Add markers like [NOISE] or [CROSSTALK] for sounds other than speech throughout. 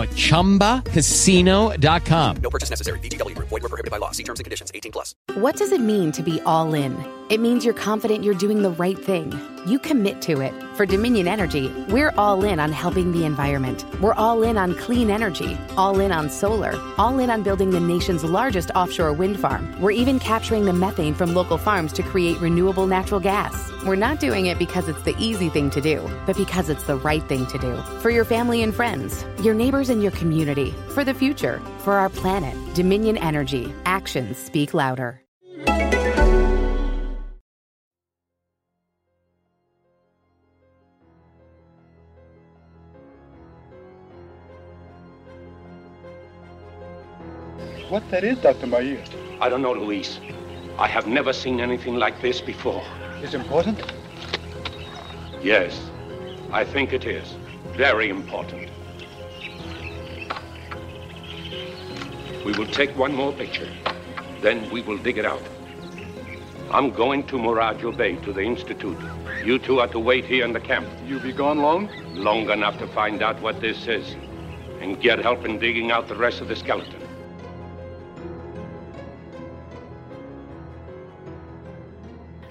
at ChumbaCasino.com. No purchase necessary. VGW Group. Void were prohibited by law. See terms and conditions. 18 plus. What does it mean to be all in? It means you're confident you're doing the right thing. You commit to it. For Dominion Energy, we're all in on helping the environment. We're all in on clean energy, all in on solar, all in on building the nation's largest offshore wind farm. We're even capturing the methane from local farms to create renewable natural gas. We're not doing it because it's the easy thing to do, but because it's the right thing to do. For your family and friends, your neighbors and your community, for the future, for our planet. Dominion Energy. Actions speak louder. What that is, Dr. Maria, I don't know, Luis. I have never seen anything like this before. is important. Yes, I think it is. Very important. We will take one more picture. Then we will dig it out. I'm going to Moraggio Bay to the Institute. You two are to wait here in the camp You be gone long? long enough to find out what this is and get help in digging out the rest of the skeleton.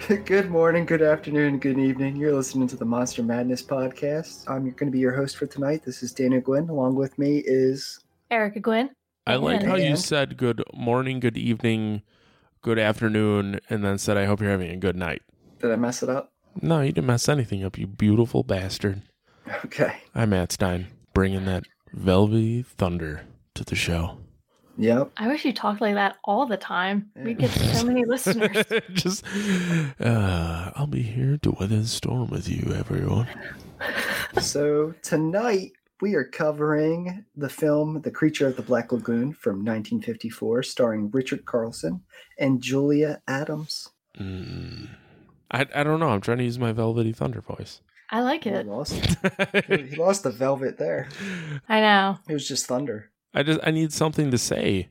[LAUGHS] good morning, good afternoon, good evening. You're listening to the Monster Madness podcast. I'm going to be your host for tonight. This is Dana Gwynn. Along with me is Erica Gwen. I like Yeah. how you And- said good morning, good evening, good afternoon, and then said, I hope you're having a good night. did I mess it up? [LAUGHS] No, you didn't mess anything up, you beautiful bastard. Okay. I'm Matt Stein, bringing that velvety thunder to the show. Yep. I wish you talked like that all the time. We get [LAUGHS] so many listeners. [LAUGHS] Just, uh, I'll be here to weather the storm with you, everyone. So tonight we are covering the film The Creature of the Black Lagoon from 1954, starring Richard Carlson and Julia Adams. Mm. I, I don't know. I'm trying to use my velvety thunder [LAUGHS] voice. I like He it. lost, [LAUGHS] he lost the velvet there. I know. It was just thunder. I just I need something to say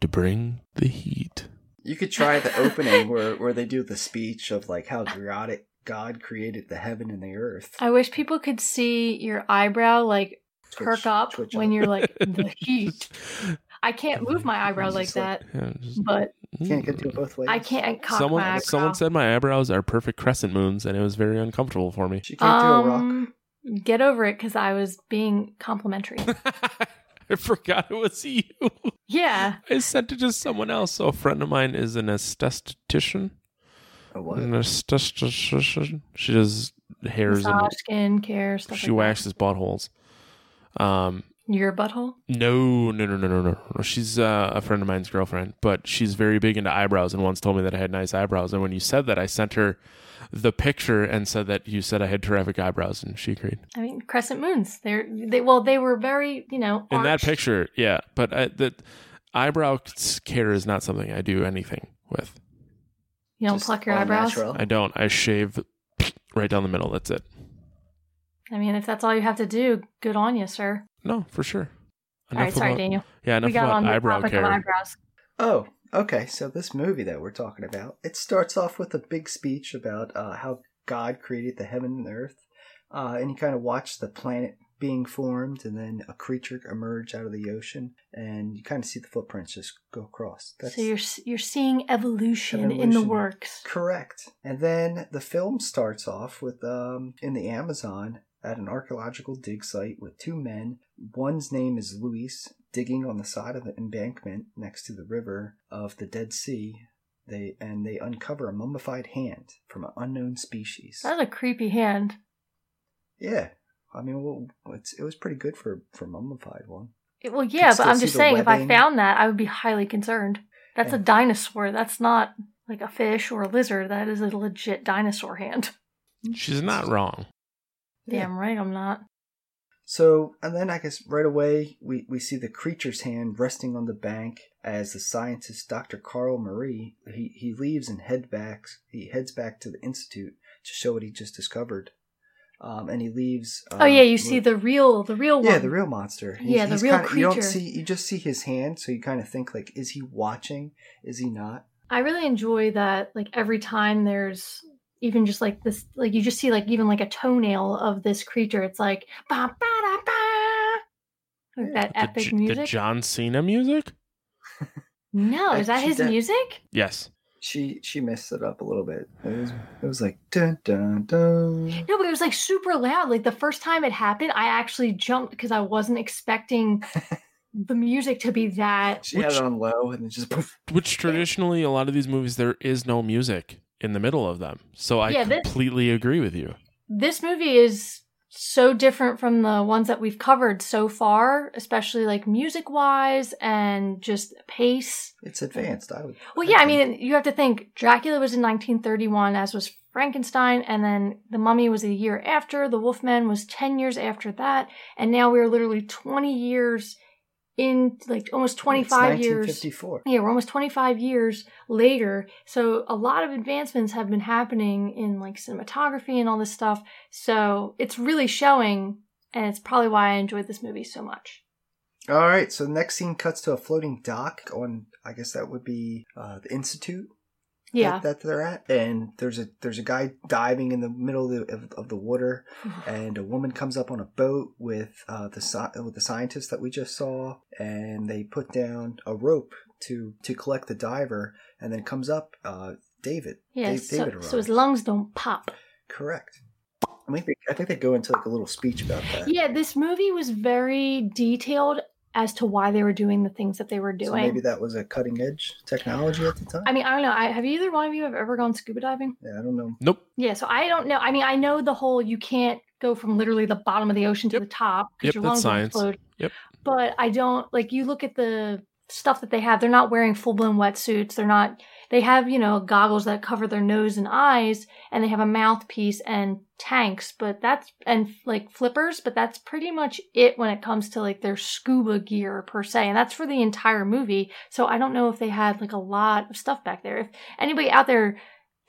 to bring the heat. You could try the opening where, where they do the speech of like how God, God created the heaven and the earth. I wish people could see your eyebrow like perk Twitch- up twitch when up. you're [LAUGHS] [LAUGHS] like the heat. I can't move my eyebrow like Just like- that, Yeah, just- mm. but Can't get to it both ways. I can't cock someone my eyebrow. someone said my eyebrows are perfect crescent moons, and it was very uncomfortable for me. She can't do um, get over it because I was being [LAUGHS] complimentary. [LAUGHS] I forgot it was you. yeah, I sent it to someone else. So a friend of mine is an esthetician. a rock. A what? An esthetician. She does hairs massage, skin care, and stuff. she like waxes buttholes. Um, that. your butthole. No, no, no, no, no, no. no. She's uh, a friend of mine's girlfriend, but she's very big into eyebrows and once told me that I had nice eyebrows. And when you said that, I sent her the picture and said that you said I had terrific eyebrows, and she agreed. I mean, crescent moons. They're they well, they were very you know In that arched. picture, yeah. But I, that eyebrow care is not something I do anything with. You don't Just pluck your all eyebrows. natural. I don't. I shave right down the middle. That's it. I mean, if that's all you have to do, good on you, sir. No, for sure. all right, sorry, about, Daniel. Yeah, enough we got about on the eyebrow topic care. of eyebrows. Oh, okay. So this movie that we're talking about, it starts off with a big speech about uh, how God created the heaven and the earth, uh, and you kind of watch the planet being formed, and then a creature emerge out of the ocean, and you kind of see the footprints just go across. So you're s- you're seeing evolution, in the Evolution. works. Correct. And then the film starts off with um in the Amazon at an archaeological dig site with two men. One's name is Luis, digging on the side of the embankment next to the river of the Dead Sea. They and they uncover a mummified hand from an unknown species. That's a creepy hand. Yeah, I mean, well, it's, it was pretty good for for mummified one. It- well, Could yeah, but still I'm see just the saying, if I webbing. found that, I would be highly concerned. That's a Yeah. dinosaur. That's not like a fish or a lizard. That is a legit dinosaur hand. She's not wrong. Damn right, I'm not. So, and then I guess right away we, we see the creature's hand resting on the bank as the scientist Dr. Carl Marie he, he leaves and head back he heads back to the institute to show what he just discovered, um, and he leaves. oh um, yeah, you see with- the real, the real one. yeah the real monster. Yeah, the real kinda, You don't creature. see you just see his hand, so you kind of think like, is he watching? Is he not? I really enjoy that. Like every time there's even just like this, like you just see like even like a toenail of this creature. It's like ba ba da ba. Like that The epic J- the, music. John Cena music? no, is that Actually, his that- music? Yes. She she messed it up a little bit. It was it was like dun dun dun. No, but it was like super loud. Like the first time it happened, I actually jumped because I wasn't [LAUGHS] expecting the music to be that. She had it on low and then just [LAUGHS] poof. Which traditionally, a lot of these movies, there is no music in the middle of them. So I Yeah, this- completely agree with you. This movie is so different from the ones that we've covered so far, especially like music wise and just pace. It's advanced. I would. Well, yeah, I think. mean, you have to think Dracula was in 1931, as was Frankenstein, and then The Mummy was a year after, The Wolfman was 10 years after that, and now we're literally 20 years in, like almost 25 years. 1954. Yeah, we're almost 25 years later. So a lot of advancements have been happening in like cinematography and all this stuff. So it's really showing, and it's probably why I enjoyed this movie so much. All right, so the next scene cuts to a floating dock on, I guess that would be uh, the institute that- Yeah. that, they're at, and there's a there's a guy diving in the middle of the, of, of the water, [SIGHS] and a woman comes up on a boat with uh, the sci- with the scientist that we just saw, and they put down a rope to to collect the diver, and then comes up uh, David. Yeah, Da- so, David so his arrives. lungs don't pop. Correct. I think they, I think they go into like a little speech about that. Yeah, this movie was very detailed as to why they were doing the things that they were So doing. maybe that was a cutting edge technology at the time. I mean, I don't know. I, have either one of you have ever gone scuba diving? yeah, I don't know. Nope. Yeah, so I don't know. I mean, I know the whole you can't go from literally the bottom of the ocean to Yep. the top Yep, because your lungs that's will science. explode. Yep. But I don't like you look at the stuff that they have. They're not wearing full blown wetsuits. They're not. They have you know goggles that cover their nose and eyes, and they have a mouthpiece and tanks. But that's and like flippers. But that's pretty much it when it comes to like their scuba gear per se. And that's for the entire movie. So I don't know if they had like a lot of stuff back there. If anybody out there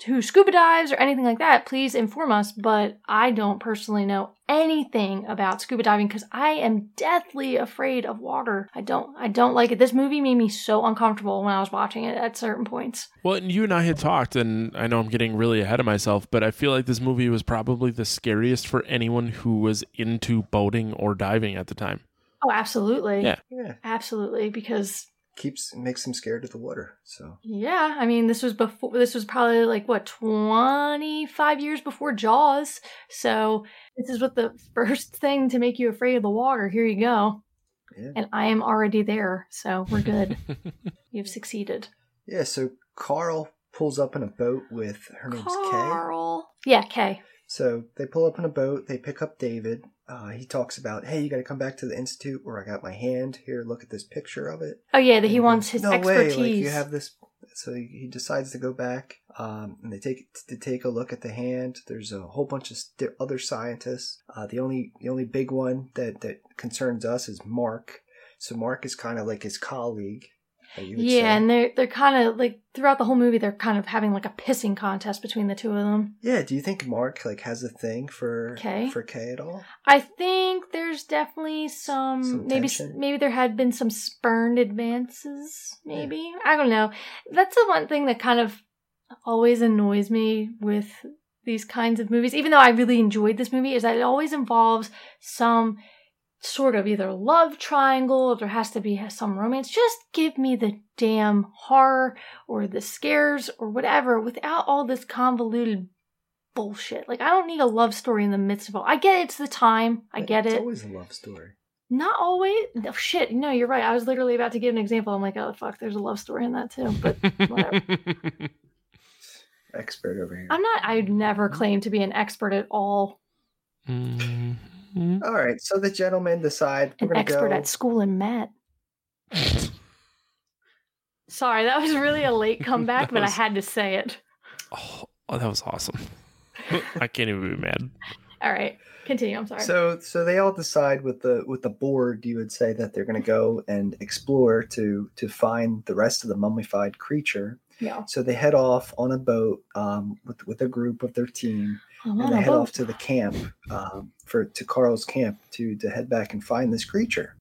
who scuba dives or anything like that, please inform us. But I don't personally know anything about scuba diving because I am deathly afraid of water. I don't I don't like it. This movie made me so uncomfortable when I was watching it at certain points. Well, and you and I had talked, and I know I'm getting really ahead of myself, but I feel like this movie was probably the scariest for anyone who was into boating or diving at the time. Oh, absolutely. Yeah. Yeah, Absolutely. Because keeps makes him scared of the water. So yeah, I mean this was before this was probably like what, twenty five years before Jaws. So this is what the [LAUGHS] first thing to make you afraid of the water. Here you go. Yeah. And I am already there, so we're good. You've succeeded. yeah, so Carl pulls up in a boat with her name's Kay. Carl. Yeah, Kay. So they pull up in a boat. They pick up David. Uh, he talks about, hey, you got to come back to the institute where I got my hand. Here, look at this picture of it. Oh yeah, that he And wants goes, his no expertise. way, like you have this. So he he decides to go back, um, and they take to take a look at the hand. There's a whole bunch of st- other scientists. Uh, the only the only big one that that concerns us is Mark. So Mark is kind of like his colleague. that you would yeah, say. and they're they're kind of like throughout the whole movie they're kind of having like a pissing contest between the two of them. Yeah, do you think Mark like has a thing for Kay? for Kay at all? I think there's definitely some, Some maybe tension. maybe there had been some spurned advances. Maybe I don't know. That's the one thing that kind of always annoys me with these kinds of movies. Even though I really enjoyed this movie, is that it always involves some sort of either love triangle or there has to be some romance. Just give me the damn horror or the scares or whatever without all this convoluted bullshit. Like I don't need a love story in the midst of all. I get it's the time. I get it's it. always a love story. Not always. No, shit. No, you're right. I was literally about to give an example. I'm like, oh fuck, there's a love story in that too. [LAUGHS] But whatever. Expert over here. I'm not. I never claim to be an expert at all. Mhm. All right, so the gentlemen decide we're An going to go. expert at school in Matt. Sorry, that was really a late comeback, That but [LAUGHS] I was- had to say it. Oh, oh, that was awesome. [LAUGHS] I can't even be mad. All right, continue. I'm sorry. So so they all decide with the with the board you would say that they're going to go and explore to to find the rest of the mummified creature. yeah. So they head off on a boat um, with with a group of their team I'm and on they a head off boat. to the camp um, for to Carl's camp to to head back and find this creature.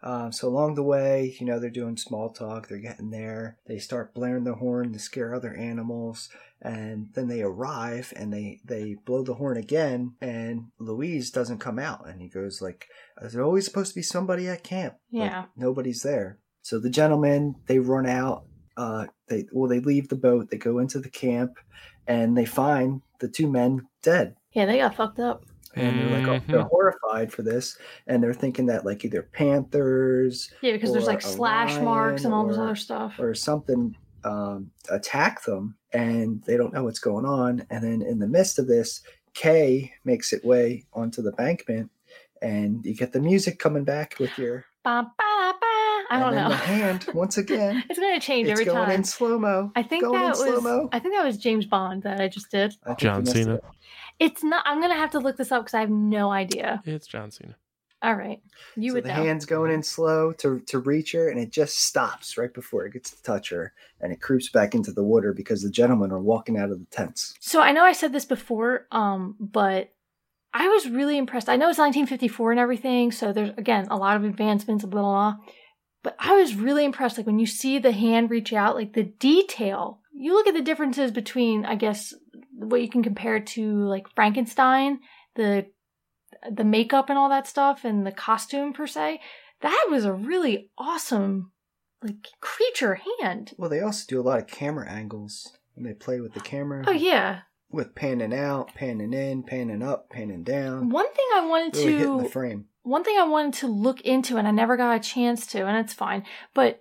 Um, so along the way, you know, they're doing small talk. They're getting there. They start blaring the horn to scare other animals, and then they arrive and they they blow the horn again. And Louise doesn't come out, and he goes like, "There's always supposed to be somebody at camp. but Yeah. nobody's there." So the gentlemen they run out. Uh, they well they leave the boat. They go into the camp, and they find the two men dead Yeah, they got fucked up. and they're like oh, they're Mhm. horrified for this and they're thinking that like either panthers Yeah, because there's Or like a slash marks and all this lion or- other stuff. or something um, attack them and they don't know what's going on and then in the midst of this kay makes it way onto the bankment and you get the music coming back with your Ba, ba, ba. I and don't then know. the [LAUGHS] hand once again it's gonna change it's every going time. in slow-mo I think going in that was. slow-mo. I think that was James Bond that I just did. I think you John missed Cena. it. It's not. I'm gonna have to look this up because I have no idea. It's John Cena. All right, you so would the know. hand's going in slow to to reach her, and it just stops right before it gets to touch her, and it creeps back into the water because the gentlemen are walking out of the tents. So I know I said this before, um, but I was really impressed. I know it's 1954 and everything, so there's again a lot of advancements, blah blah. blah. But I was really impressed. Like when you see the hand reach out, like the detail. You look at the differences between, I guess, what you can compare to like Frankenstein, the the makeup and all that stuff, and the costume per se. That was a really awesome, like creature hand. Well, they also do a lot of camera angles, and they play with the camera. Oh yeah. with panning out, panning in, panning up, panning down, One thing I wanted really to hitting the frame. one thing I wanted to look into, and I never got a chance to, and it's fine, but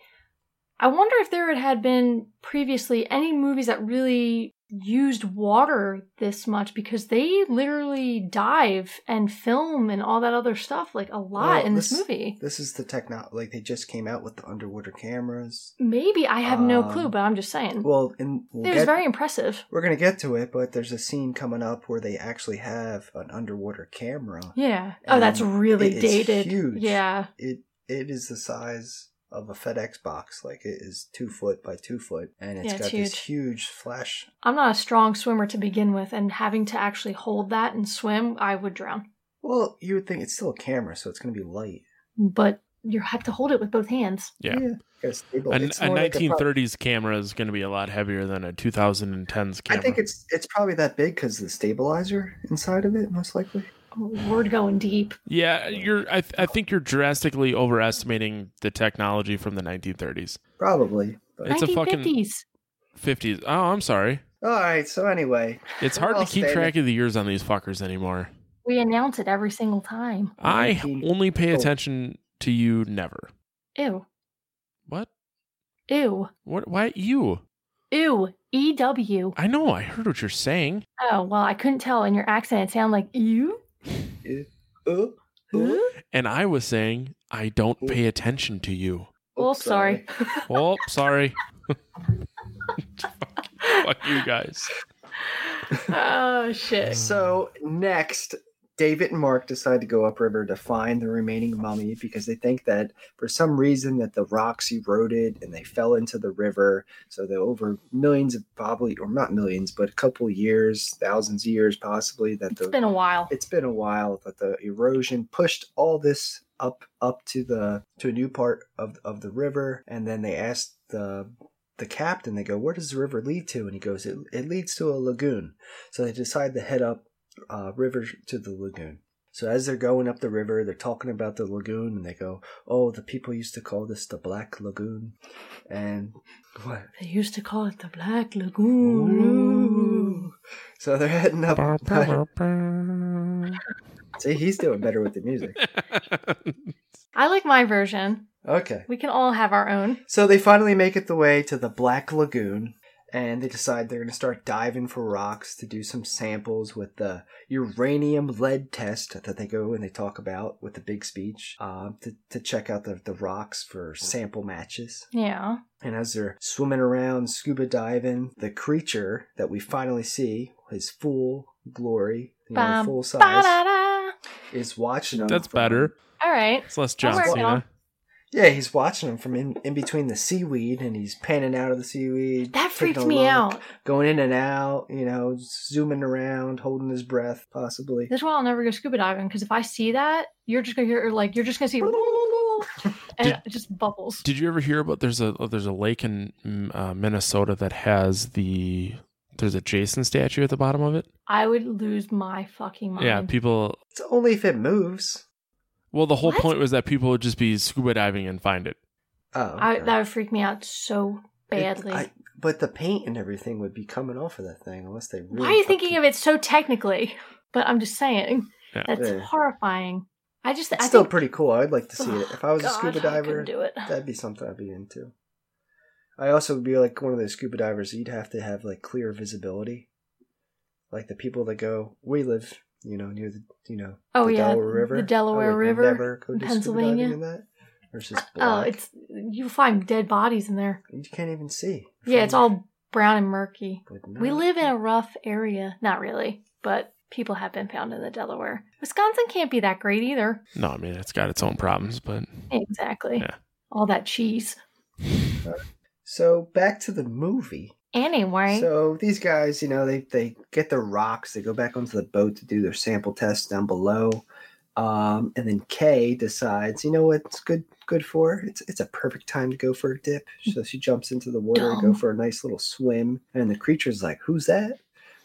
I wonder if there had been previously any movies that really used water this much because they literally dive and film and all that other stuff like a lot Well, in this, movie. This is the technology. Like they just came out with the underwater cameras. Maybe I have no Um, clue, but I'm just saying Well, and we'll it was get- very impressive. we're gonna get to it, but there's a scene coming up where they actually have an underwater camera. Yeah. Oh, that's And really it is dated. huge. Yeah. it it is the size of a FedEx box. Like it is two foot by two foot, and it's Yeah, it's got this huge flash. I'm not a strong swimmer to begin with, and having to actually hold that and swim, I would drown. Well, you would think it's still a camera, so it's going to be light. But you have to hold it with both hands. Yeah. Gotta stable- A, a it's more like a pro- 1930s camera is going to be a lot heavier than a 2010s camera. I think it's it's probably that big because the stabilizer inside of it, most likely. Word going deep. Yeah, you're. I, th- I think you're drastically overestimating the technology from the 1930s, Probably. But... It's a fucking- 1950s. 50s. Oh, I'm sorry. All right. So anyway, It's We're hard all to keep standing. track of the years on these fuckers anymore. We announce it every single time. I 19 only pay oh. attention to you never. Ew. What? Ew. What? Why you? Ew. EW. I know. I heard what you're saying. Oh, well, I couldn't tell in your accent. It sounded like ew. oh, Huh? And I was saying I don't pay attention to you. Oh, sorry. Oh, sorry. [LAUGHS] Fuck you guys. [LAUGHS] oh, shit. [LAUGHS] So next, David and Mark decide to go upriver to find the remaining mummy because they think that for some reason that the rocks eroded and they fell into the river. So that over millions of probably, or not millions, but a couple years, thousands of years possibly that It's the been a while. it's been a while that the erosion pushed all this up up to the to a new part of of the river and then they asked the the captain they go where does the river lead to and he goes it, it leads to a lagoon so they decide to head up uh, river to the lagoon So as they're going up the river, they're talking about the lagoon, and they go, "Oh, the people used to call this the Black Lagoon," and what? They used to call it the Black Lagoon. So they're heading up. [LAUGHS] See, he's doing better with the music. I like my version. Okay. We can all have our own. So they finally make it the way to the Black Lagoon, and they decide they're going to start diving for rocks to do some samples with the uranium lead test that they go and they talk about with the big speech um, to, to check out the, the rocks for sample matches. Yeah. And as they're swimming around, scuba diving, the creature that we finally see, his full glory, you know, Bum, full size, ba-da-da. is watching them. That's from- better. All right. It's less I'm John working on- Cena. Yeah, he's watching them from in, in between the seaweed, and he's panning out of the seaweed. That taking freaked a me look, out. Going in and out, you know, zooming around, holding his breath, [LAUGHS] possibly. This is why I'll never go scuba diving because if I see that, you're just gonna hear like you're just [LAUGHS] gonna see and it just bubbles. Did you ever hear about there's a oh, there's a lake in mm, uh, Minnesota that has the there's a Jason statue at the bottom of it? I would lose my fucking mind. Yeah, people. It's only if it moves. Well, the whole What? point was that people would just be scuba diving and find it. Oh, I, okay. that would freak me out so badly. It- I- but the paint and everything would be coming off of that thing unless they. Really Why are you thinking of it so technically? [LAUGHS] But I'm just saying Yeah. that's Yeah. horrifying. I just It's I still think, Oh, pretty cool. I'd like to see it. If I was a God, scuba I diver, couldn't do it. that'd be something I'd be into. I also would be like one of those scuba divers. You'd have to have like clear visibility, like the people that go. We live, you know, near the you know Oh, the yeah, Delaware River, the I Delaware would River never go in do Scuba Pennsylvania. diving in that versus Oh, black. it's you find dead bodies in there. you can't even see. Yeah, it's all brown and murky. Good We night. live in a rough area. Not really, but people have been found in the Delaware. Wisconsin can't be that great either. No, I mean it's got its own problems, but Exactly. Yeah. All that cheese. So back to the movie. Anyway. So these guys, you know, they they get their rocks. They go back onto the boat to do their sample test down below, um, and then Kay decides, you know what's good good for? her? It's it's a perfect time to go for a dip. So she jumps into the water and go Dumb. for a nice little swim. And the creature's like, "Who's that?"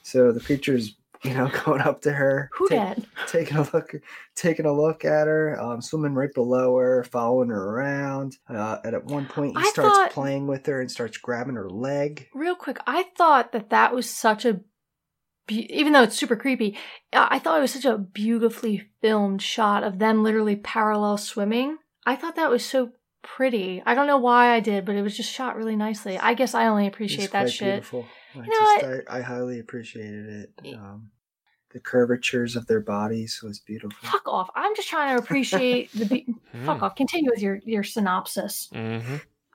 So the creature's you know [LAUGHS] going up to her, who take- dat? taking a look taking a look at her, um, swimming right below her, following her around. Uh, and at one point, he I starts thought- playing with her and starts grabbing her leg. Real quick, I thought that that was such a, be- even though it's super creepy, I I thought it was such a beautifully filmed shot of them literally parallel swimming. I thought that was so pretty. I don't know why I did, but it was just shot really nicely. I guess I only It's appreciate that quite shit. Beautiful. I, know what? just, I, I highly appreciated it. Y- Um, the curvatures of their bodies was beautiful. Fuck off. I'm just trying [LAUGHS] to appreciate the. Be- Mm. Fuck off. Continue with your, your synopsis. Mm-hmm.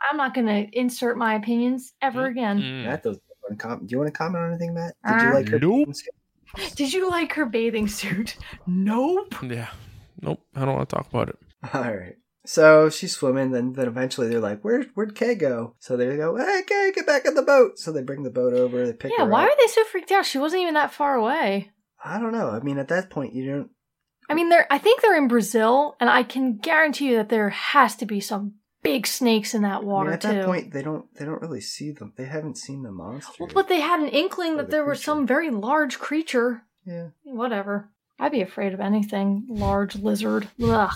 I'm not going to insert my opinions ever again. Mm. Matt doesn't want to com- Do you want to comment on anything, Matt? Did you Uh, like her? Hmm. Nope. Did you like her bathing suit? [LAUGHS] Nope. Yeah. Nope. I don't want to talk about it. [LAUGHS] All right. So she's swimming, then then eventually they're like, "Where where'd Kay go?" So they go, "Hey Kay, get back in the boat!" So they bring the boat over, they pick yeah, her why up. are they so freaked out? She wasn't even that far away. I don't know. I mean, at that point, you don't I mean, they're I think they're in Brazil, and I can guarantee you that there has to be some big snakes in that I water mean, at too. that point, they don't they don't really see them. They haven't seen the monster. well, but they had an Or inkling the that there was creature. some very large creature. yeah. Whatever. I'd be afraid of anything large lizard. Ugh.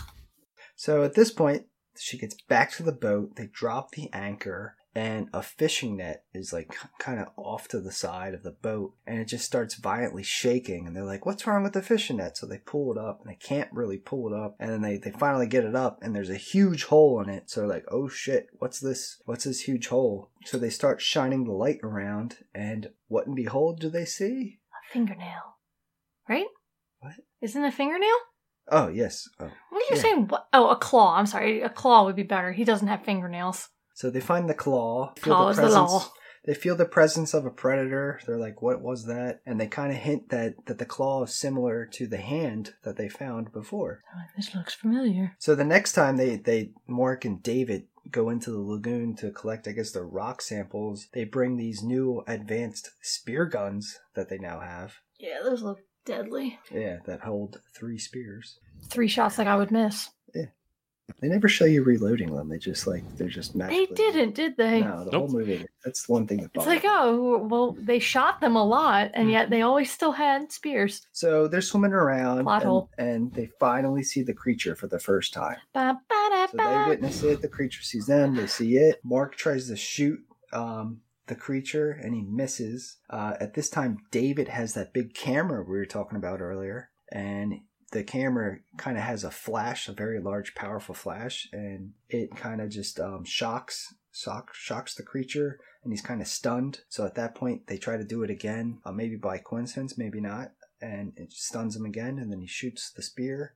So at this point, she gets back to the boat. They drop the anchor, and a fishing net is like kind of off to the side of the boat, and it just starts violently shaking. And they're like, "What's wrong with the fishing net?" So they pull it up, and they can't really pull it up. And then they they finally get it up, and there's a huge hole in it. So they're like, "Oh shit, what's this? What's this huge hole?" So they start shining the light around, and what and behold, do they see? A fingernail. Right? What? Isn't it a fingernail? Oh yes, oh What are you Yeah. saying? What? Oh, a claw. I'm sorry. A claw would be better. He doesn't have fingernails. So they find the claw, feel Claw the is the presence. law. They feel the presence of a predator. They're like, "What was that?" And they kind of hint that that the claw is similar to the hand that they found before. Oh, this looks familiar. So the next time they they Mark and David go into the lagoon to collect, I guess, their rock samples, they bring these new advanced spear guns that they now have. Yeah, those look deadly. Yeah, that hold three spears. Three shots like I would miss. They never show you reloading them. They just like they're just They magically. didn't, did they? No, the Nope. whole movie. That's the one thing that It's bothers. like, oh, well, they shot them a lot, and yet Mm-hmm. they always still had spears. So they're swimming around, Plot and, hole. and they finally see the creature for the first time. Ba, ba, da, So ba. they witness it. The creature sees them. They see it. Mark tries to shoot um, the creature, and he misses. Uh, at this time, David has that big camera we were talking about earlier, and the camera kind of has a flash, a very large, powerful flash, and it kind of just um, shocks. Shock, shocks the creature and he's kind of stunned. So at that point, they try to do it again, uh, maybe by coincidence, maybe not, and it stuns him again. And then he shoots the spear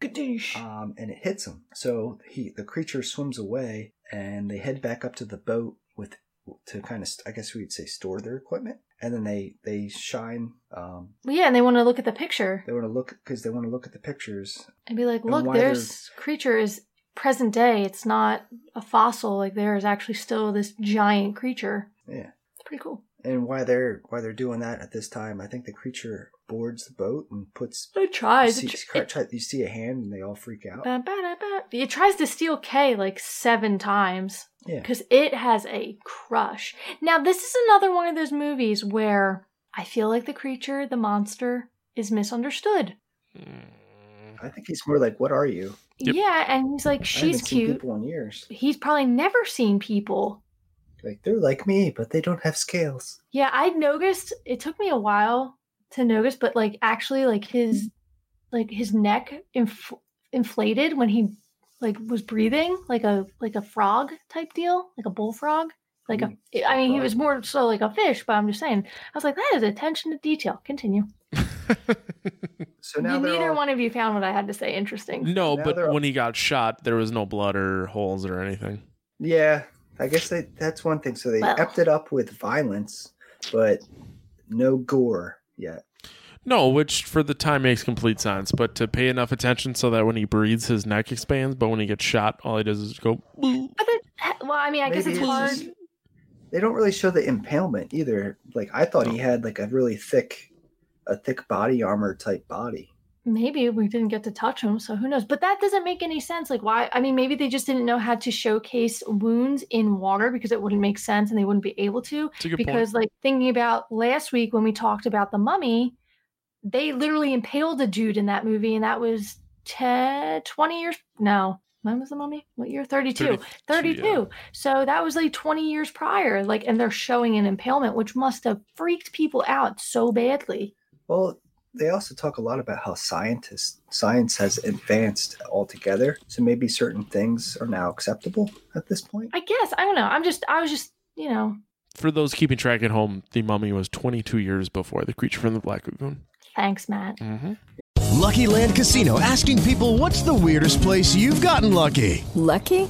um, and it hits him. So he the creature swims away, and they head back up to the boat with to kind of I guess we'd say store their equipment, and then they they shine. Um, Well, yeah, and they want to look at the picture they want to look because they want to look at the pictures. and be like, And look, why they're- there's creature is present day. It's not a fossil. Like there is actually still this giant creature. Yeah, It's pretty cool. and why they're why they're doing that at this time, I think the creature boards the boat and puts. It tries. see- Ah, It, tr- try- it, Um, try- you see a hand, and they all freak out. ba, ba, da, ba. it tries to steal Kay like seven times. Yeah. because it has a crush. Now, this is another one of those movies where I feel like the creature, the monster, is misunderstood. Mm. I think he's more like, "What are you?" Yep. Yeah, and he's like, I she's haven't seen cute. people in years. He's probably never seen people. Like they're like me, but they don't have scales. Yeah, I noticed. It took me a while to notice, but like actually, like Mm. his, like his neck inf- inflated when he like was breathing, like a like a frog type deal, like a bullfrog. Like a, I mean, he was more so like a fish, but I'm just saying. I was like, that is attention to detail. Continue. So now they're neither all- one of you found what I had to say interesting. No, Now but they're- when he got shot, there was no blood or holes or anything. Yeah, I guess they, that's one thing. So they Well. upped it up with violence, but no gore yet. No, which for the time makes complete sense. But to pay enough attention so that when he breathes, his neck expands. But when he gets shot, all he does is go. "Boo." But that, well, I mean, I guess Maybe it's hard. just- they don't really show the impalement either. Like I thought he had like a really thick, a thick body armor type body. Maybe we didn't get to touch him, so who knows? But that doesn't make any sense. Like, why? I mean, maybe they just didn't know how to showcase wounds in water because it wouldn't make sense and they wouldn't be able to. It's a good because, like, thinking about last week when we talked about the mummy, they literally impaled a dude in that movie, and that was 10, 20 years. No, when was the mummy? What year? 32. 32, 32. yeah. So that was like 20 years prior. Like, and they're showing an impalement, which must have freaked people out so badly. Well, they also talk a lot about how scientists science has advanced altogether. So maybe certain things are now acceptable at this point. I guess. I don't know. I'm just, I was just, you know, For those keeping track at home, the mummy was 22 years before the creature from the Black Lagoon. thanks, Matt. Mm. Lucky Land Casino asking people what's the weirdest place you've gotten lucky? Lucky?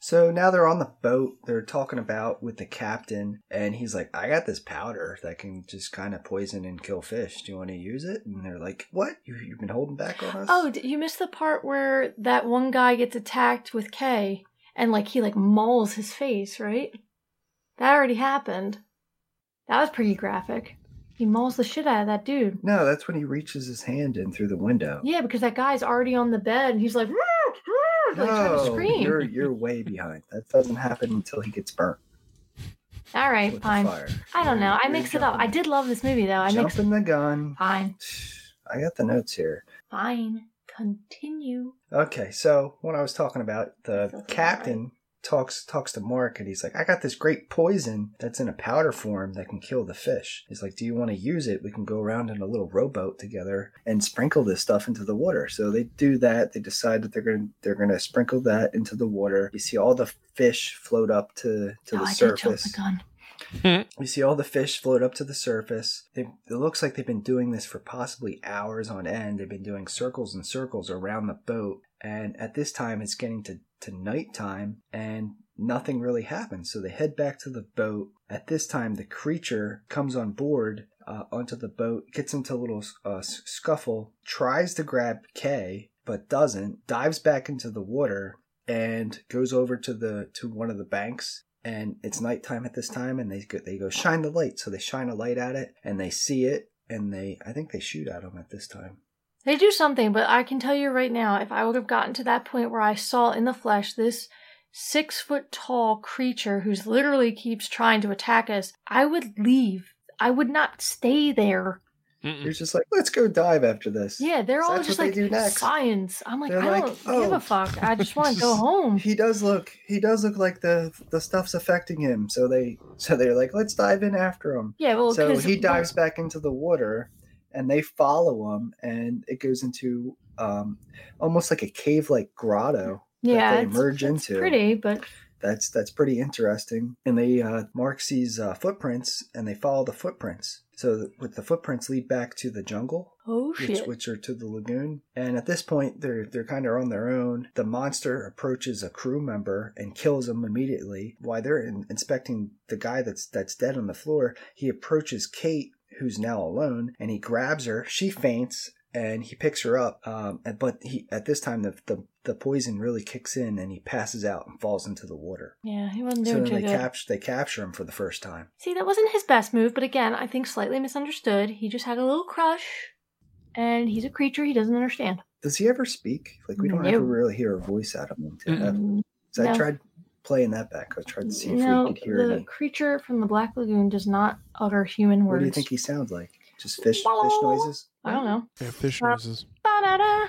So now they're on the boat. They're talking about with the captain, and he's like, "I got this powder that can just kind of poison and kill fish. Do you want to use it?" And they're like, "What? You, you've been holding back on us?" Oh, did you miss the part where that one guy gets attacked with Kay and like he like mauls his face, right? That already happened. That was pretty graphic. He mauls the shit out of that dude. no, that's when he reaches his hand in through the window. Yeah, because that guy's already on the bed and he's like, "Roo, roo," like trying to no, scream. Oh, you're you're way behind. That doesn't happen until he gets burnt. All right, with the fine. fire. I don't know. I You're mix it up. I jumping. did love this movie though. I mix Jumping the gun. fine, [SIGHS] I got the notes here. fine. Continue. Okay, so when I was talking about Sounds the about captain talks talks to Mark and he's like, I got this great poison that's in a powder form that can kill the fish. He's like, Do you want to use it? We can go around in a little rowboat together and sprinkle this stuff into the water. So they do that. They decide that they're gonna they're gonna sprinkle that into the water. You see all the fish float up to to oh, the I did jump the surface. gun. You see all the fish float up to the surface. They, it looks like they've been doing this for possibly hours on end. They've been doing circles and circles around the boat. And at this time, it's getting to, to nighttime. And nothing really happens. So they head back to the boat. At this time, the creature comes on board uh, onto the boat, gets into a little uh, s- scuffle, tries to grab Kay, but doesn't, dives back into the water, and goes over to the to one of the banks and it's nighttime at this time and they go, they go shine the light so they shine a light at it and they see it and they i think they shoot at him at this time They do something, but I can tell you right now, if I would have gotten to that point where I saw in the flesh this six foot tall creature who's literally keeps trying to attack us, I would leave. I would not stay there. Hmm. you're just like let's go dive after this Yeah, they're So all that's just what like they do next. science. I'm like, They're I like, don't "Oh." give a fuck. I just want [LAUGHS] to go home. he does look he does look like the the stuff's affecting him so they so they're like let's dive in after him Yeah, well, so 'cause- he dives back into the water and they follow him and it goes into um almost like a cave like grotto Yeah, that they it's- emerge into Pretty, but that's that's pretty interesting. And they uh, Mark sees uh, footprints, and they follow the footprints. So th- with the footprints lead back to the jungle, oh which, shit. which are to the lagoon. And at this point, they're they're kind of on their own. The monster approaches a crew member and kills him immediately. While they're in- inspecting the guy that's that's dead on the floor, he approaches Kate, who's now alone, and he grabs her. She faints. And he picks her up, um, and- but he at this time the, the the poison really kicks in, and he passes out and falls into the water. Yeah, he wasn't So doing then too they good. capture they capture him for the first time. See, that wasn't his best move, but again, I think slightly misunderstood. He just had a little crush, and he's a creature he doesn't understand. Does he ever speak? Like we don't No. ever really hear a voice out of him. So I No. tried playing that back. I tried to see if Um, no, we could hear the any. creature from the Black Lagoon does not utter human What words. do you think he sounds like? Just fish fish Hello? noises. I don't know. Yeah, fish Uh, noises. Ba-da-da.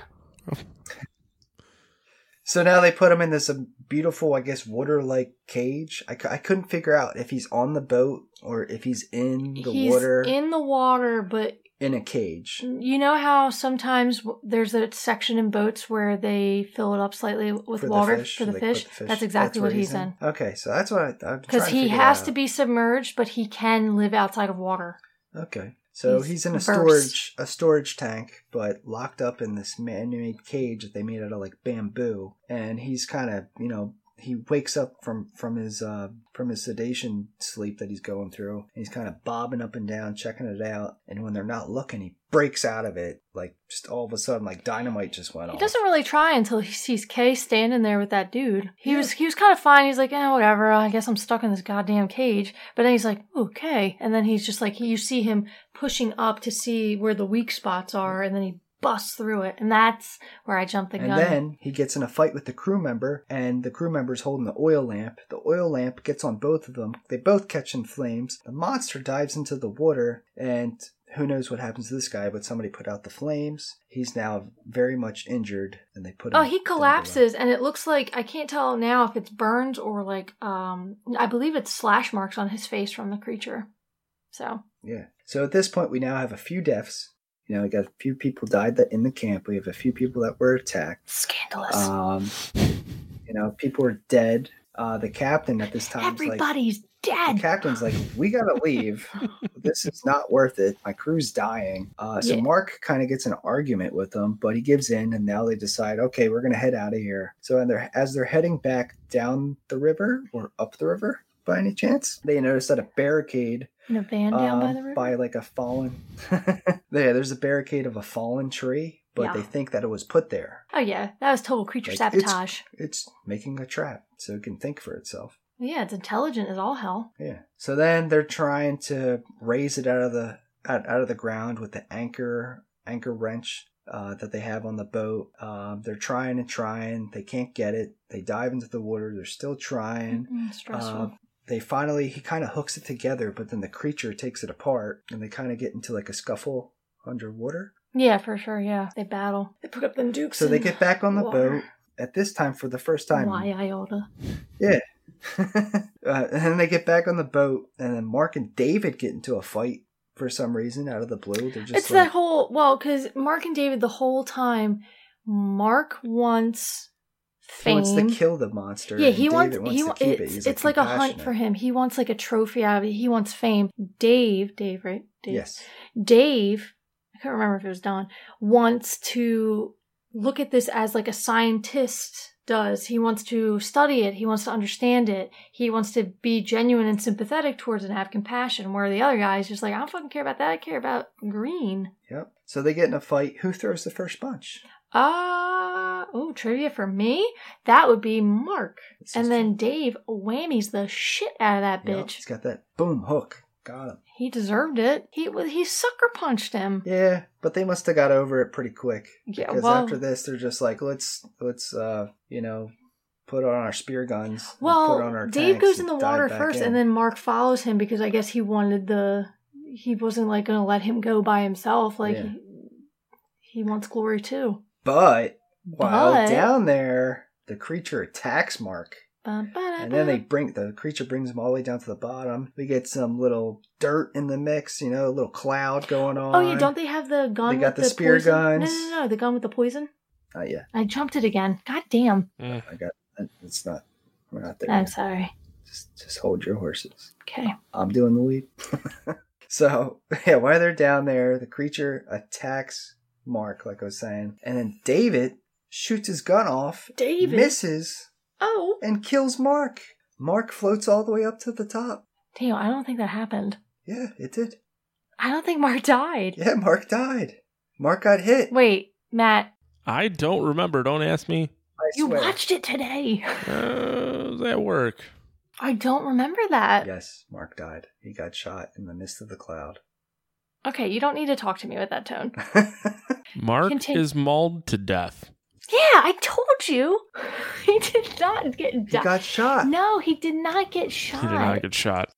So now they put him in this um, beautiful, I guess, water-like cage. I, cou- I couldn't figure out if he's on the boat or if he's in the He's water in-, in the water, but a cage. you know how sometimes w- there's a section in boats where they fill it up slightly with for the water fish, for the like, put fish? That's exactly where what he's in. Okay, so that's what I, I'm trying to Because he figure has out. to be submerged, but he can live outside of water. Okay. So he's, He's in a versed. storage a storage tank, but locked up in this man-made cage that they made out of like bamboo, and he's kind of you know he wakes up from from his uh from his sedation sleep that he's going through, and he's kind of bobbing up and down, checking it out, and when they're not looking, he breaks out of it like just all of a sudden like dynamite just went He off. doesn't really try until he sees Kay standing there with that dude. He was he was kind of fine. He's like, eh, whatever. I guess I'm stuck in this goddamn cage. But then he's like, okay. And then he's just like, you see him pushing up to see where the weak spots are, and then he busts through it. And that's where I jumped the and gun. then he gets in a fight with the crew member, and the crew member's holding the oil lamp. The oil lamp gets on both of them. They both catch in flames. The monster dives into the water, and who knows what happens to this guy, but somebody put out the flames. He's now very much injured, and they put him. oh, he collapses, and it looks like I can't tell now if it's burns or like um I believe it's slash marks on his face from the creature. So Yeah. So at this point, we now have a few deaths. You know, we got a few people died that in the camp. We have a few people that were attacked. scandalous. Um, you know, people are dead. Uh, the captain at this time is like, Everybody's the dead. captain's like, we gotta leave. this is not worth it. My crew's dying. Uh, so Yeah. Mark kind of gets in an argument with them, but he gives in, and now they decide, okay, we're gonna head out of here. So and they're, as they're heading back down the river or up the river, by any chance, they notice that a barricade In a van down by um, the river. by like a fallen. [LAUGHS] there, there's a barricade of a fallen tree, but Yeah. they think that it was put there. Oh yeah, that was total creature Like, it's- sabotage. It's making a trap so it can think for itself. Yeah, it's intelligent as all hell. Yeah. So then they're trying to raise it out of the out, out of the ground with the anchor anchor wrench uh, that they have on the boat. Um, they're trying and trying. They can't get it. They dive into the water. They're still trying. Mm, Stressful. Um, they finally he kind of hooks it together, but then the creature takes it apart, and they kind of get into like a scuffle underwater. yeah, for sure. Yeah, they battle. They put up them dukes. So they in get back on the water. boat. At this time, for the first time, Why Iota? Yeah. [LAUGHS] uh, and then they get back on the boat, and then Mark and David get into a fight for some reason out of the blue. They're just It's like, that whole well, because Mark and David the whole time. Mark wants he fame. wants to kill the monster. yeah, and he David wants. wants he to wa- keep it. it's, He's, it's like a hunt for compassionate. him. He wants like a trophy out of it. He wants fame. Dave, Dave, right? Dave. Yes. Dave, I can't remember if it was Don, wants to look at this as like a scientist does. He wants to study it. He wants to understand it. He wants to be genuine and sympathetic towards it and have compassion. Where the other guy is just like, I don't fucking care about that. I care about green. Yep. So they get in a fight. Who throws the first punch? Uh, oh, trivia for me? That would be Mark. And then Dave whammies the shit out of that Yep, bitch. He's got that boom hook. Got him. He deserved it. He wa- he sucker punched him. Yeah, but they must have got over it pretty quick. Yeah, because well- after this, they're just like, let's let's uh, you know, put on our spear guns. and Well, put on our Dave tanks goes in the and dive water back first, in. and then Mark follows him because I guess he wanted the. He wasn't like going to let him go by himself. Like Yeah. he, he wants glory too. But while But- down there, the creature attacks Mark. Bum, ba, da, And then they bum. bring the creature brings them all the way down to the bottom. We get some little dirt in the mix, you know, a little cloud going on. Oh yeah, don't they have the gun? They got the with spear poison? guns. No, no, no, the gun with the poison. Oh yeah, I jumped it again. God damn. Eh, I got. It's not. We're not there. I'm yet. sorry. Just hold your horses. Okay. I'm doing the lead. [LAUGHS] so [LAUGHS] yeah, while they're down there, the creature attacks Mark, like I was saying, and then David shoots his gun off, David? misses, oh, and kills Mark. Mark floats all the way up to the top. Damn, I don't think that happened. Yeah, it did. I don't think Mark [LAUGHS] died. Yeah, Mark died. Mark got hit. Wait, Matt, I don't remember. Don't ask me. you watched it today. Uh, was at work. I don't remember that. Yes, Mark died. He got shot in the midst of the cloud. [LAUGHS] Okay, you don't need to talk to me with that tone. Mark Continue. is mauled to death. Yeah, I told you. [LAUGHS] He did not get He di- got shot. No, he did not get He shot. did not get shot.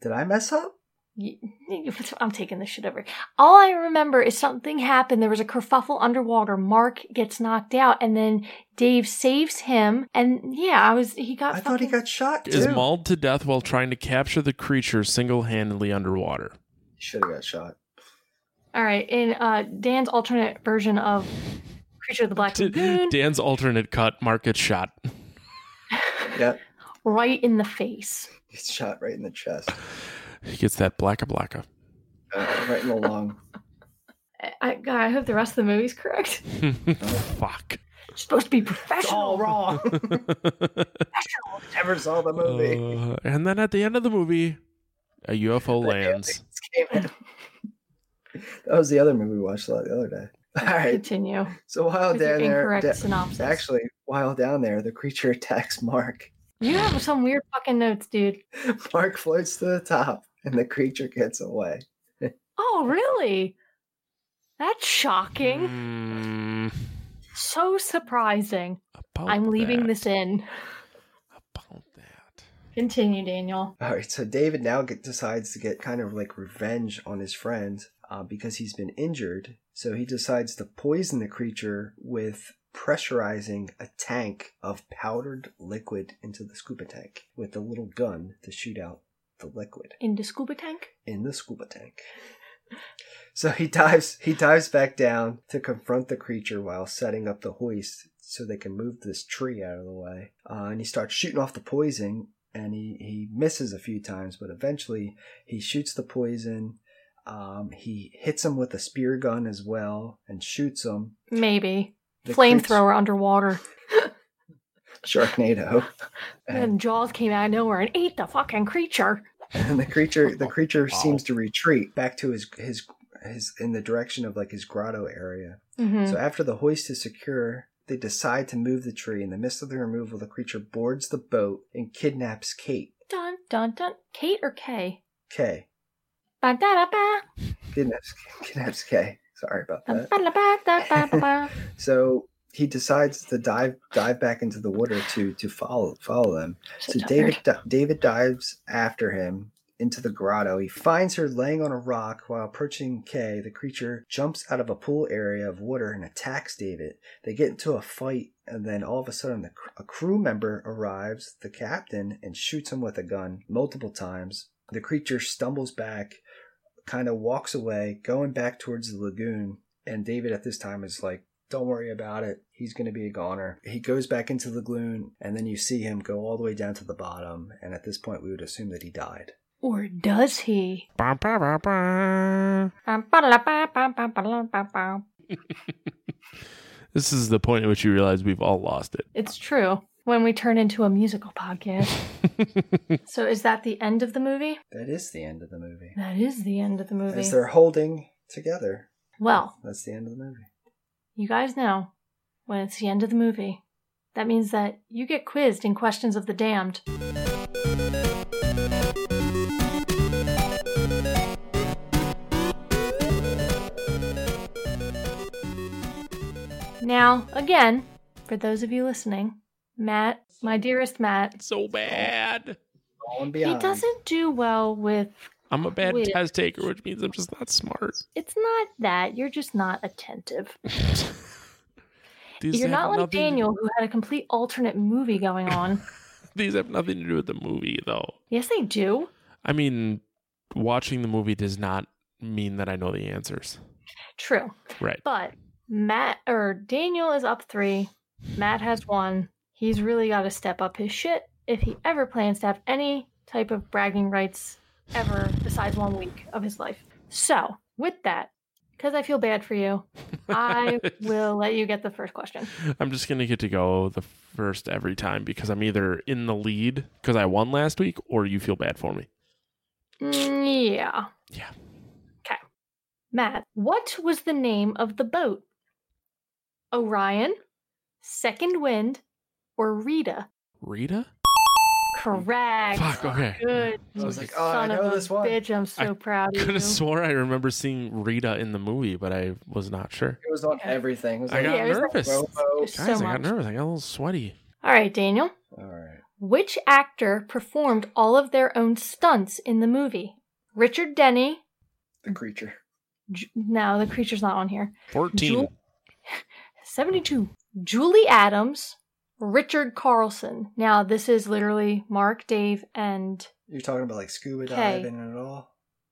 Did I mess up? Y- [LAUGHS] I'm taking this shit over. All I remember is something happened. There was a kerfuffle underwater. Mark gets knocked out, and then Dave saves him. And yeah, I was he got. I thought he fucking- got shot Is too. mauled to death while trying to capture the creature single handedly underwater. Should have got shot. All right, in uh, Dan's alternate version of Creature of the Black Lagoon, Dan's alternate cut, Mark gets shot. [LAUGHS] Yep. right in the face. He's shot right in the chest, He gets that blacka blacka. [LAUGHS] uh, right in the lung. I, I, God, I hope the rest of the movie's correct. [LAUGHS] Fuck. It's supposed to be professional. All [LAUGHS] wrong. Never saw the movie. [LAUGHS] Uh, and then at the end of the movie, a UFO lands. that [LAUGHS] was the other movie we watched the other day. [LAUGHS] All right. Continue. So while With your down there, incorrect synopsis. actually, while down there, the creature attacks Mark. You have [LAUGHS] some weird fucking notes, dude. Mark floats to the top, and the creature gets away. Oh, really? That's shocking. Mm, So surprising. about I'm leaving that. this in. About that. Continue, Daniel. All right, so David now get, decides to get kind of like revenge on his friend uh, because he's been injured. So he decides to poison the creature with pressurizing a tank of powdered liquid into the scuba tank with a little gun to shoot out the liquid In the scuba tank? in the scuba tank. So he dives he dives back down to confront the creature while setting up the hoist so they can move this tree out of the way. Uh, and he starts shooting off the poison and he, he misses a few times, but eventually he shoots the poison. Um, he hits him with a spear gun as well and shoots him. Maybe. The Flamethrower [LAUGHS] underwater. Sharknado. And Jaws came out of nowhere and ate the fucking creature. and the creature the creature seems to retreat back to his his his in the direction of like his grotto area. Mhm. So after the hoist is secure, they decide to move the tree. In the midst of the removal, the creature boards the boat and kidnaps Kate. Dun dun dun. Kate or Kay? Kay Ba da da ba. kidnaps [LAUGHS] kidnaps Kay. Sorry about Dun, that. ba da ba da ba ba [LAUGHS] ba. So he decides to dive dive back into the water to to follow follow them. So David di- David dives after him into the grotto. He finds her laying on a rock while approaching Kay. The creature jumps out of a pool area of water and attacks David. They get into a fight, and then all of a sudden, the, cr- a crew member arrives, the captain, and shoots him with a gun multiple times. The creature stumbles back, kind of walks away, going back towards the lagoon. And David at this time is like, don't worry about it. He's going to be a goner. He goes back into the lagoon, and then you see him go all the way down to the bottom. And at this point, we would assume that he died. Or does he? Ba, ba, ba, ba. Ba da da ba ba ba ba ba ba. This is the point at which you realize we've all lost it. It's true. When we turn into a musical [LAUGHS] podcast. so is that the end of the movie? That is the end of the movie. That is the end of the movie. As they're holding together. Well, That's the end of the movie. you guys know when it's the end of the movie, that means that you get quizzed in questions of the damned. Now, again, for those of you listening, Matt, my dearest Matt, so bad. Going he beyond. doesn't do well with I'm a bad Wait. test taker, which means I'm just not smart. [LAUGHS] it's not that you're just not attentive. These you're have not like nothing- Daniel, who had a complete alternate movie going on. [LAUGHS] These have nothing to do with the movie, though. yes, they do. I mean, watching the movie does not mean that I know the answers. True. Right. But Matt or Daniel is up three. Matt has one. He's really got to step up his shit if he ever plans to have any type of bragging rights ever besides one week of his life. So, with that, because I feel bad for you, [LAUGHS] I will let you get the first question. I'm just gonna get to go the first every time because I'm either in the lead because I won last week, or you feel bad for me. Mm, yeah. Yeah. Okay. Matt, what was the name of the boat? Orion, Second Wind, or Rita? Rita? Correct. Mm. Oh, Fuck. Okay. Good. I was you like, oh, I son know of a this one. bitch. I'm so I proud of Could you. have swore I remember seeing Rita in the movie, but I was not sure. It was on everything. It was I like, got Yeah, it was like- nervous. There's Robo. so Guys, I much. got nervous. I got a little sweaty. All right, Daniel. All right. Which actor performed all of their own stunts in the movie? Richard Denny. The creature. Ju- no, the creature's not on here. [LAUGHS] 14. Jewel- 72. Julie Adams, Richard Carlson. Now, this is literally Mark, Dave, and You're talking about like scuba Okay. diving and it all?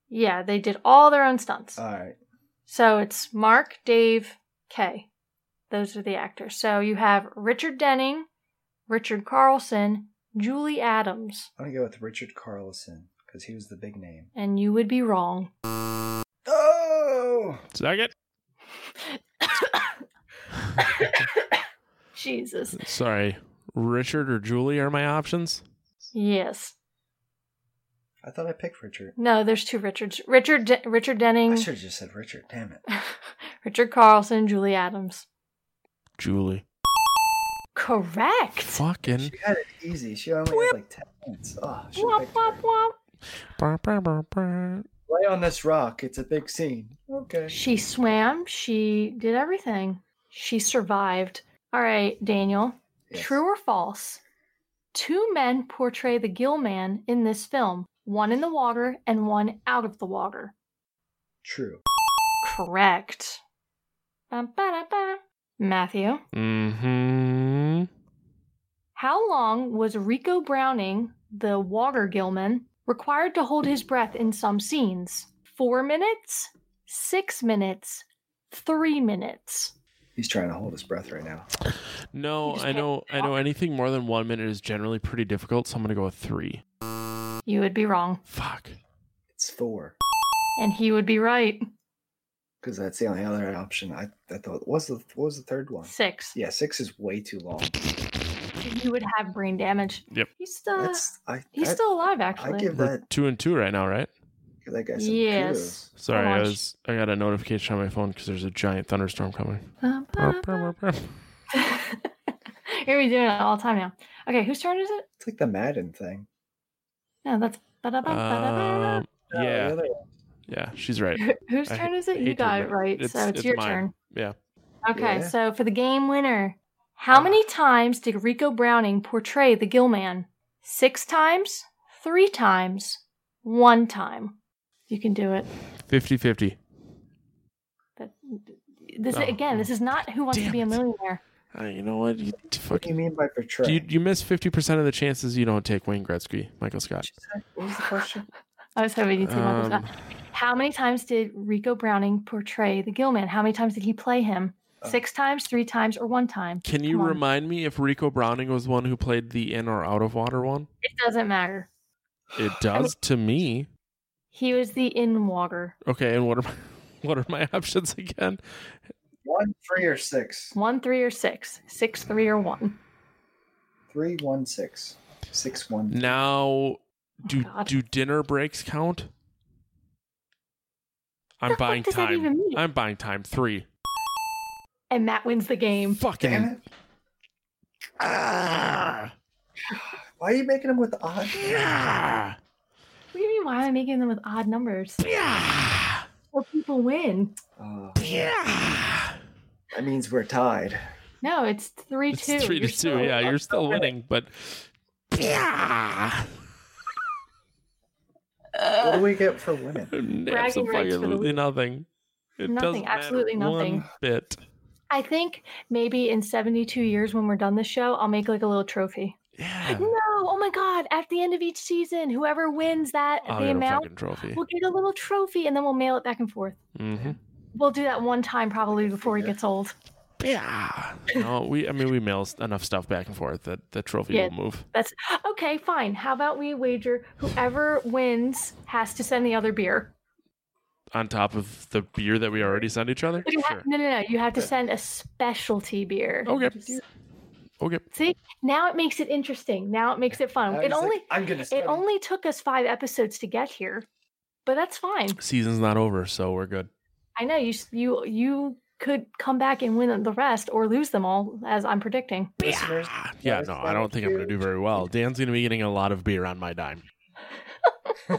yeah, they did all their own stunts. All right. So it's Mark, Dave, Kay. Those are the actors. So you have Richard Denning, Richard Carlson, Julie Adams, I'm going to go with Richard Carlson because he was the big name. and you would be wrong. Oh! Second. Jesus. Sorry. Richard or Julie are my options. Yes. I thought I picked Richard. No, there's two Richards. Richard De- Richard I Denning, should have just said Richard. Damn it. Richard Carlson, Julie Adams. Julie. Correct. Fucking. She had it easy. She only had like 10 points. Oh, I should've Womp, picked her. womp, womp. Brr, brr, brr, brr. Lay on this rock. It's a big scene. Okay. She swam. She did everything. She survived. All right, Daniel. Yes. True or false? Two men portray the Gill Man in this film one in the water and one out of the water. True. Correct. Bum, ba, da, ba. Matthew, Mhm. how long was Rico Browning, the water Gillman, required to hold his breath in some scenes? Four minutes? Six minutes? Three minutes? He's trying to hold his breath right now. No, You just I know. I can't know. talk. Anything more than one minute is generally pretty difficult, so I'm gonna go with three. You would be wrong. Fuck. It's four And he would be right. because that's the only other option. I, I thought, what's the, what was the third one? Six. Yeah, six is way too long. You would have brain damage. Yep. He's still, That's I. he's I, still alive, I actually. give We're that two and two right now, right? give that guy some Yes. Sorry, I much. was. I got a notification on my phone because there's a giant thunderstorm coming. Brr, brr, You're brr, brr. [LAUGHS] doing it all the time now. Okay, whose turn is it? It's like the Madden thing. No, that's. ba-da-ba, ba-da-ba. Um, No, the yeah, other one. yeah, she's right. Who- Oh, [LAUGHS] Whose I turn hate- is it? You hate to got it admit it. right, so It's- it's, it's your mine. turn. Yeah, Uh-huh. Okay, Yeah. so for the game winner, how many times did Rico Browning portray the Gill Man? Six times, three times, one time. You can do it. 50-50. That- This No. again. This is not Who Wants Oh. Damn to Be it. a Millionaire. Uh, you know what? You t- What do you fucking. mean by portray? You, you miss fifty percent of the chances you don't take Wayne Gretzky, Michael Scott. what was the question? I was hoping you'd see Michael Scott. Um, How many times did Rico Browning portray the Gill Man? How many times did he play him? Six times, three times, or one time? Uh. can you Come on. remind me if Rico Browning was the one who played the in or out of water [GASPS] one? It doesn't matter. It does to me. He was the in water. [LAUGHS] Okay, and what are my what are my options again? One, three, or six. One, three, or six. Six, three, or one. Three, one, six. Six, one. Now, do Oh God. do dinner breaks count? I'm The fuck buying does that time. even mean? I'm buying time. Three. And Matt wins the game. Fucking. Damn it. Ah, Why are you making them with odd? yeah, What do you mean? Why am I making them with odd numbers? yeah, Well, people win. Uh, yeah. that means we're tied. No, it's three It's two. three to You're two. still- yeah, you're still winning, but [LAUGHS] yeah. what do we get for women? It's Bragging rights for the absolutely week. nothing. It Nothing, doesn't matter absolutely nothing. One bit. I think maybe in seventy-two years, when we're done this show, I'll make like a little trophy. Yeah. No, oh my god! At the end of each season, whoever wins that I'll the get a amount, Oh, fucking trophy. we'll get a little trophy, and then we'll mail it back and forth. [LAUGHS] hmm We'll do that one time probably before he gets old. Yeah. No, we. I mean, we mail s- enough stuff back and forth that the trophy Yeah. will move. That's okay. Fine. How about we wager whoever wins has to send the other beer. on top of the beer that we already sent each other? But you ha- no, no, no. You have to send a specialty beer. Okay. Okay. See, now it makes it interesting. Now it makes it fun. I It was like, only I'm gonna. it study. only took us five episodes to get here, but that's fine. Season's not over, so we're good. I know you s- you you could come back and win the rest or lose them all, as I'm predicting. Listeners, Yeah, no, I don't think I'm going to do very well. Dan's going to be getting a lot of beer on my dime. [SIGHS] All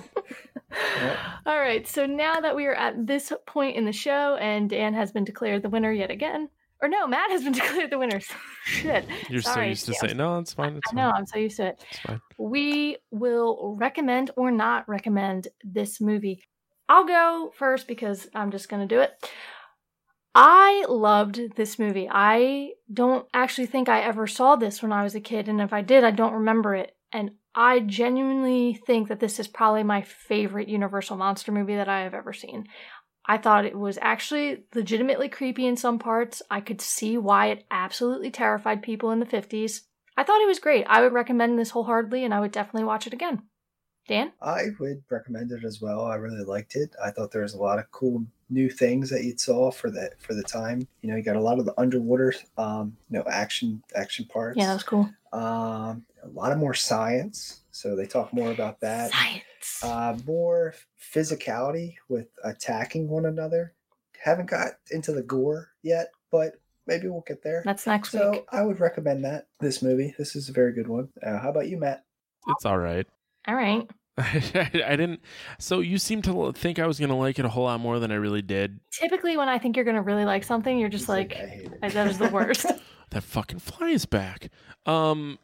right. So now that we are at this point in the show, and Dan has been declared the winner yet again, or no, Matt has been [LAUGHS] declared the winner. Shit. You're Sorry, so used to Dan. saying, no, it's fine. It's I fine. know, I'm so used to it. It's fine. We will recommend or not recommend this movie. I'll go first because I'm just going to do it. I loved this movie. I don't actually think I ever saw this when I was a kid, and if I did, I don't remember it. And I genuinely think that this is probably my favorite Universal Monster movie that I have ever seen. I thought it was actually legitimately creepy in some parts. I could see why it absolutely terrified people in the 50s. I thought it was great. I would recommend this wholeheartedly and I would definitely watch it again. Dan? I would recommend it as well. I really liked it. I thought there was a lot of cool new things that you saw for that for the time. You know, you got a lot of the underwater, um, you know, action action parts. Yeah, that was cool. Um, a lot of more science. So they talk more about that. Science. Uh, more physicality with attacking one another. Haven't got into the gore yet, but maybe we'll get there. That's next so week. I would recommend that this movie. This is a very good one. Uh, how about you, Matt? It's all right. All right. [LAUGHS] I didn't. So you seem to l- think I was going to like it a whole lot more than I really did. Typically, when I think you're going to really like something, you're just like, I hate it. that was the [LAUGHS] worst. That fucking fly is back. Um,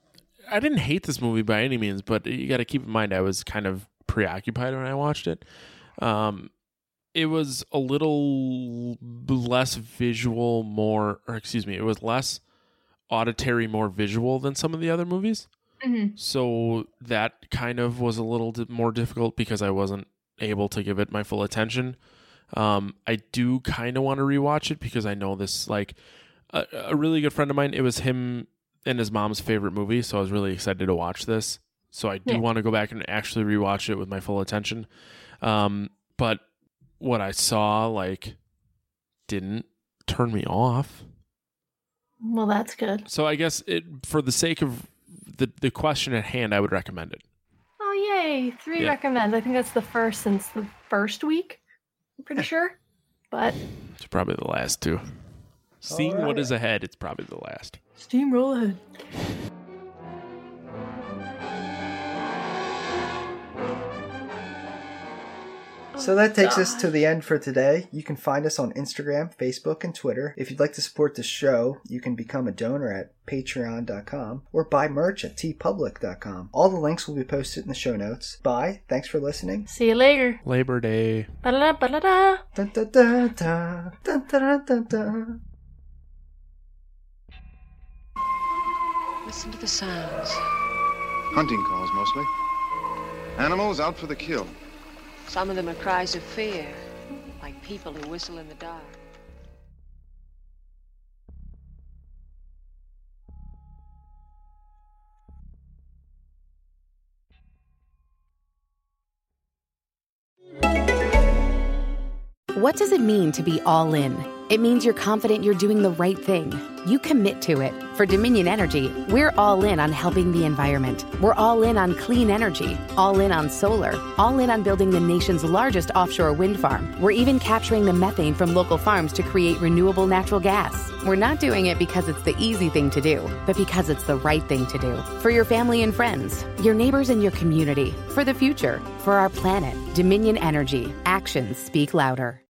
I didn't hate this movie by any means, but you got to keep in mind I was kind of preoccupied when I watched it. Um, it was a little b- less visual, more, or excuse me, it was less auditory, more visual than some of the other movies. Mm-hmm. Mhm. So that kind of was a little di- more difficult because I wasn't able to give it my full attention. Um, I do kind of want to rewatch it because I know this like a, a really good friend of mine. It was him and his mom's favorite movie, so I was really excited to watch this. So I do Yeah. want to go back and actually rewatch it with my full attention. Um, but what I saw like didn't turn me off. well, that's good. So I guess it for the sake of the the question at hand, I would recommend it. Oh, yay. Three Yeah. recommends. I think that's the first since the first week. [LAUGHS] I'm pretty sure. But It's probably the last two. Seeing what right. is ahead, it's probably the last. steamroll ahead. So that takes us to the end for today. You can find us on Instagram, Facebook, and Twitter. If you'd like to support the show, you can become a donor at patreon.com or buy merch at tpublic.com. All the links will be posted in the show notes. Bye. Thanks for listening. See you later. Labor Day. Ba-da-da, ba-da-da. Dun, dun, dun, dun. Dun, dun, dun, dun. Listen to the sounds. Hunting calls mostly. Animals out for the kill. Some of them are cries of fear, like people who whistle in the dark. What does it mean to be all in? It means you're confident you're doing the right thing. You commit to it. For Dominion Energy, we're all in on helping the environment. We're all in on clean energy, all in on solar, all in on building the nation's largest offshore wind farm. We're even capturing the methane from local farms to create renewable natural gas. We're not doing it because it's the easy thing to do, but because it's the right thing to do. For your family and friends, your neighbors and your community, for the future, for our planet. Dominion Energy. Actions speak louder.